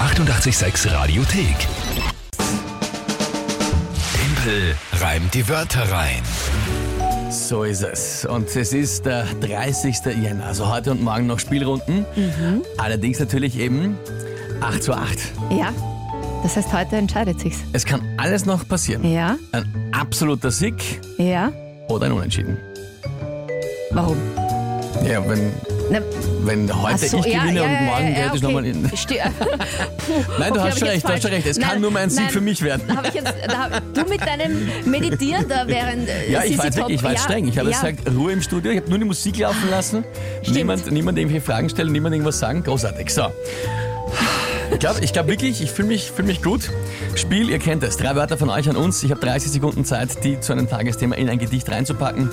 886 Radiothek. Tempel reimt die Wörter rein. So ist es. Und es ist der 30. Jänner, also heute und morgen noch Spielrunden. Mhm. Allerdings natürlich eben 8 zu 8. Ja, das heißt, heute entscheidet sich's. Es kann alles noch passieren. Ja, Ein absoluter Sieg ja. oder ein Unentschieden. Warum? Ja, wenn, Na, wenn ach heute so, ich gewinne und morgen theoretisch okay. nochmal in. Ste- Nein, du hast Okay, hab ich schon recht, jetzt du hast falsch. schon recht. Es kann Nein, nur mein Sieg nein. für mich werden. Da habe ich jetzt, da hab, du mit deinem Meditieren da während. äh, Ja, ich Sissi war, jetzt, Top- wirklich- ich war jetzt ja, streng. Ich habe ja. gesagt, Ruhe im Studio. Ich habe nur die Musik laufen lassen. Stimmt. Niemand, niemand irgendwelche Fragen stellen, niemand irgendwas sagen. Großartig. So. Ich glaube ich glaub wirklich, ich fühle mich, fühl mich gut. Spiel, ihr kennt es. Drei Wörter von euch an uns. Ich habe 30 Sekunden Zeit, die zu einem Tagesthema in ein Gedicht reinzupacken.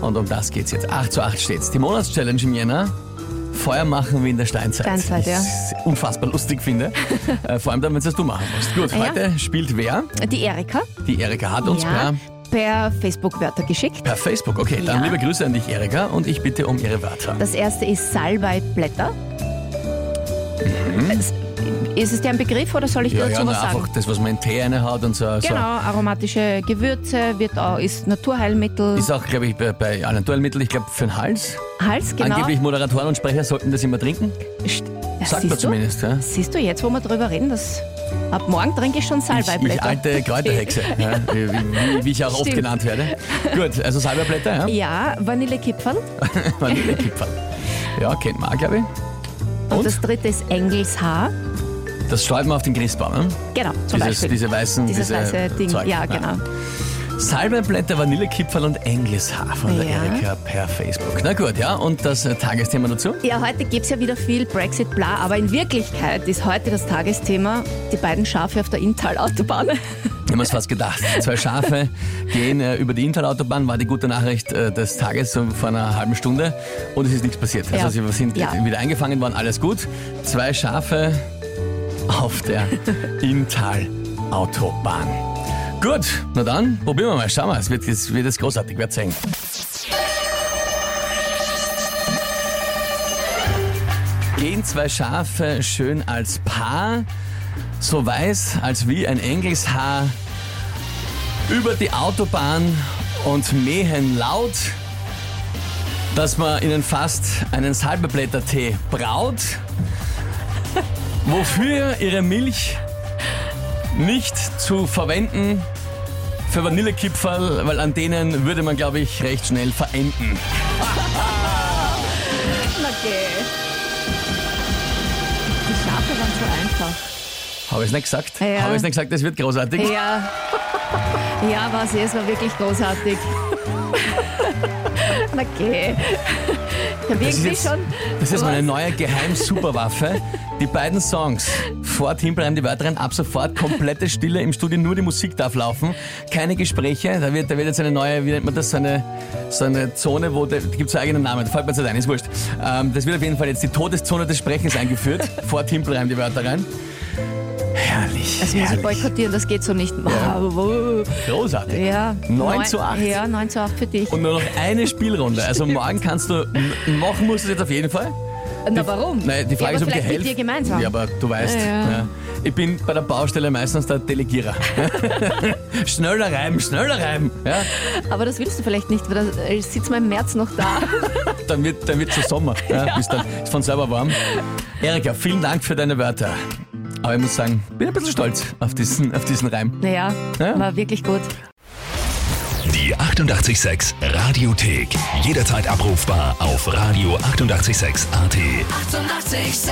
Und um das geht's jetzt. 8 zu 8 steht's. Die Monatschallenge im Jänner. Feuer machen wie in der Steinzeit. Steinzeit, ja. Ich's unfassbar lustig finde. Äh, Vor allem dann, wenn es du machen musst. Gut, Ja. heute spielt wer? Die Erika. Die Erika hat uns per ja, per Facebook Wörter geschickt. Per Facebook, okay. Dann Ja. liebe Grüße an dich, Erika, und ich bitte um Ihre Wörter. Das erste ist Salbeiblätter. Es- Ist es dir ein Begriff oder soll ich Mhm. Ja, dazu ja, was na, sagen? einfach das, was man in Tee reinhaut und so. Genau, aromatische Gewürze wird auch, ist Naturheilmittel. so. Ist auch, glaube ich, bei, bei allen Duellmitteln, ich glaube, für den Hals. Hals, genau. Angeblich Moderatoren und Sprecher sollten das immer trinken. St- Ja, Sagt man siehst du? zumindest. Ja. Siehst du jetzt, wo wir drüber reden, dass ab morgen trinke ich schon Ich, ich Salbeiblätter. alte Kräuterhexe, ja, wie, wie, wie ich auch oft Stimmt. genannt werde. Gut, also Salberblätter, ja? ja, Vanillekipferl. Vanillekipferl. Ja, kennt man auch, glaube ich. Und? Und? das dritte ist Engelshaar. Das streut man auf den Christbaum, ne? Genau, Dieses, zum Beispiel. diese weißen Dieses diese weiße Ding. Zeug. Ja, genau. Salbeiblätter, Vanillekipferl und Engelshaar von der Ja. Erika per Facebook. Na gut, ja, und das äh, Tagesthema dazu? Ja, heute gibt es ja wieder viel Brexit, bla, aber in Wirklichkeit ist heute das Tagesthema die beiden Schafe auf der Inntal-Autobahn. Ich habe es fast gedacht. Zwei Schafe gehen äh, über die Interautobahn, war die gute Nachricht äh, des Tages so vor einer halben Stunde und es ist nichts passiert. Also Ja. sie sind Ja. wieder eingefangen worden, alles gut. Zwei Schafe auf der Inntal-Autobahn. Gut, na dann, probieren wir mal. Schauen wir, es wird, es wird es großartig, wird sehen. Gehen zwei Schafe schön als Paar, so weiß als wie ein Engelshaar, über die Autobahn und mähen laut, dass man ihnen fast einen Salbeblättertee braut, wofür ihre Milch nicht zu verwenden für Vanillekipferl, weil an denen würde man, glaube ich, recht schnell verenden. Okay. Die Schafe waren so einfach. Habe ich nicht gesagt? Ja. Habe ich nicht gesagt, das wird großartig? Ja, ja war es war wirklich großartig. Okay. Ich habe irgendwie jetzt, schon. das ist meine was- neue Geheim-Superwaffe. Die beiden Songs vor Timpelheim, die weiteren ab sofort komplette Stille im Studio, nur die Musik darf laufen, keine Gespräche. Da wird, da wird jetzt eine neue, wie nennt man das, so eine, so eine Zone, wo der- da gibt es einen eigenen Namen, da fällt mir jetzt nicht ein, ist wurscht. Ähm, das wird auf jeden Fall jetzt die Todeszone des Sprechens eingeführt. vor Timpelheim die Wörter rein. Herrlich. Das muss ich herrlich. boykottieren, das geht so nicht. Ja. Großartig. ja. 9 zu 8. Ja, 9 zu 8 für dich. Und nur noch eine Spielrunde. Also morgen kannst du, m- machen musst du es jetzt auf jeden Fall. Na warum? Nein, die Frage ja, ist, aber ob die vielleicht Hälfte. mit dir gemeinsam. Ja, aber du weißt, Ja, ja, ja. ich bin bei der Baustelle meistens der Delegierer. schneller reiben, schneller reiben. Ja, aber das willst du vielleicht nicht, weil da äh, sitzt man im März noch da. dann wird dann wird's schon Sommer. Ja, bis dann ist von selber warm. Erika, vielen Dank für deine Wörter. Aber ich muss sagen, bin ein bisschen stolz auf diesen, auf diesen Reim. Naja, Ja. war wirklich gut. Die 886 Radiothek. Jederzeit abrufbar auf radio886.at. 886! 886. 886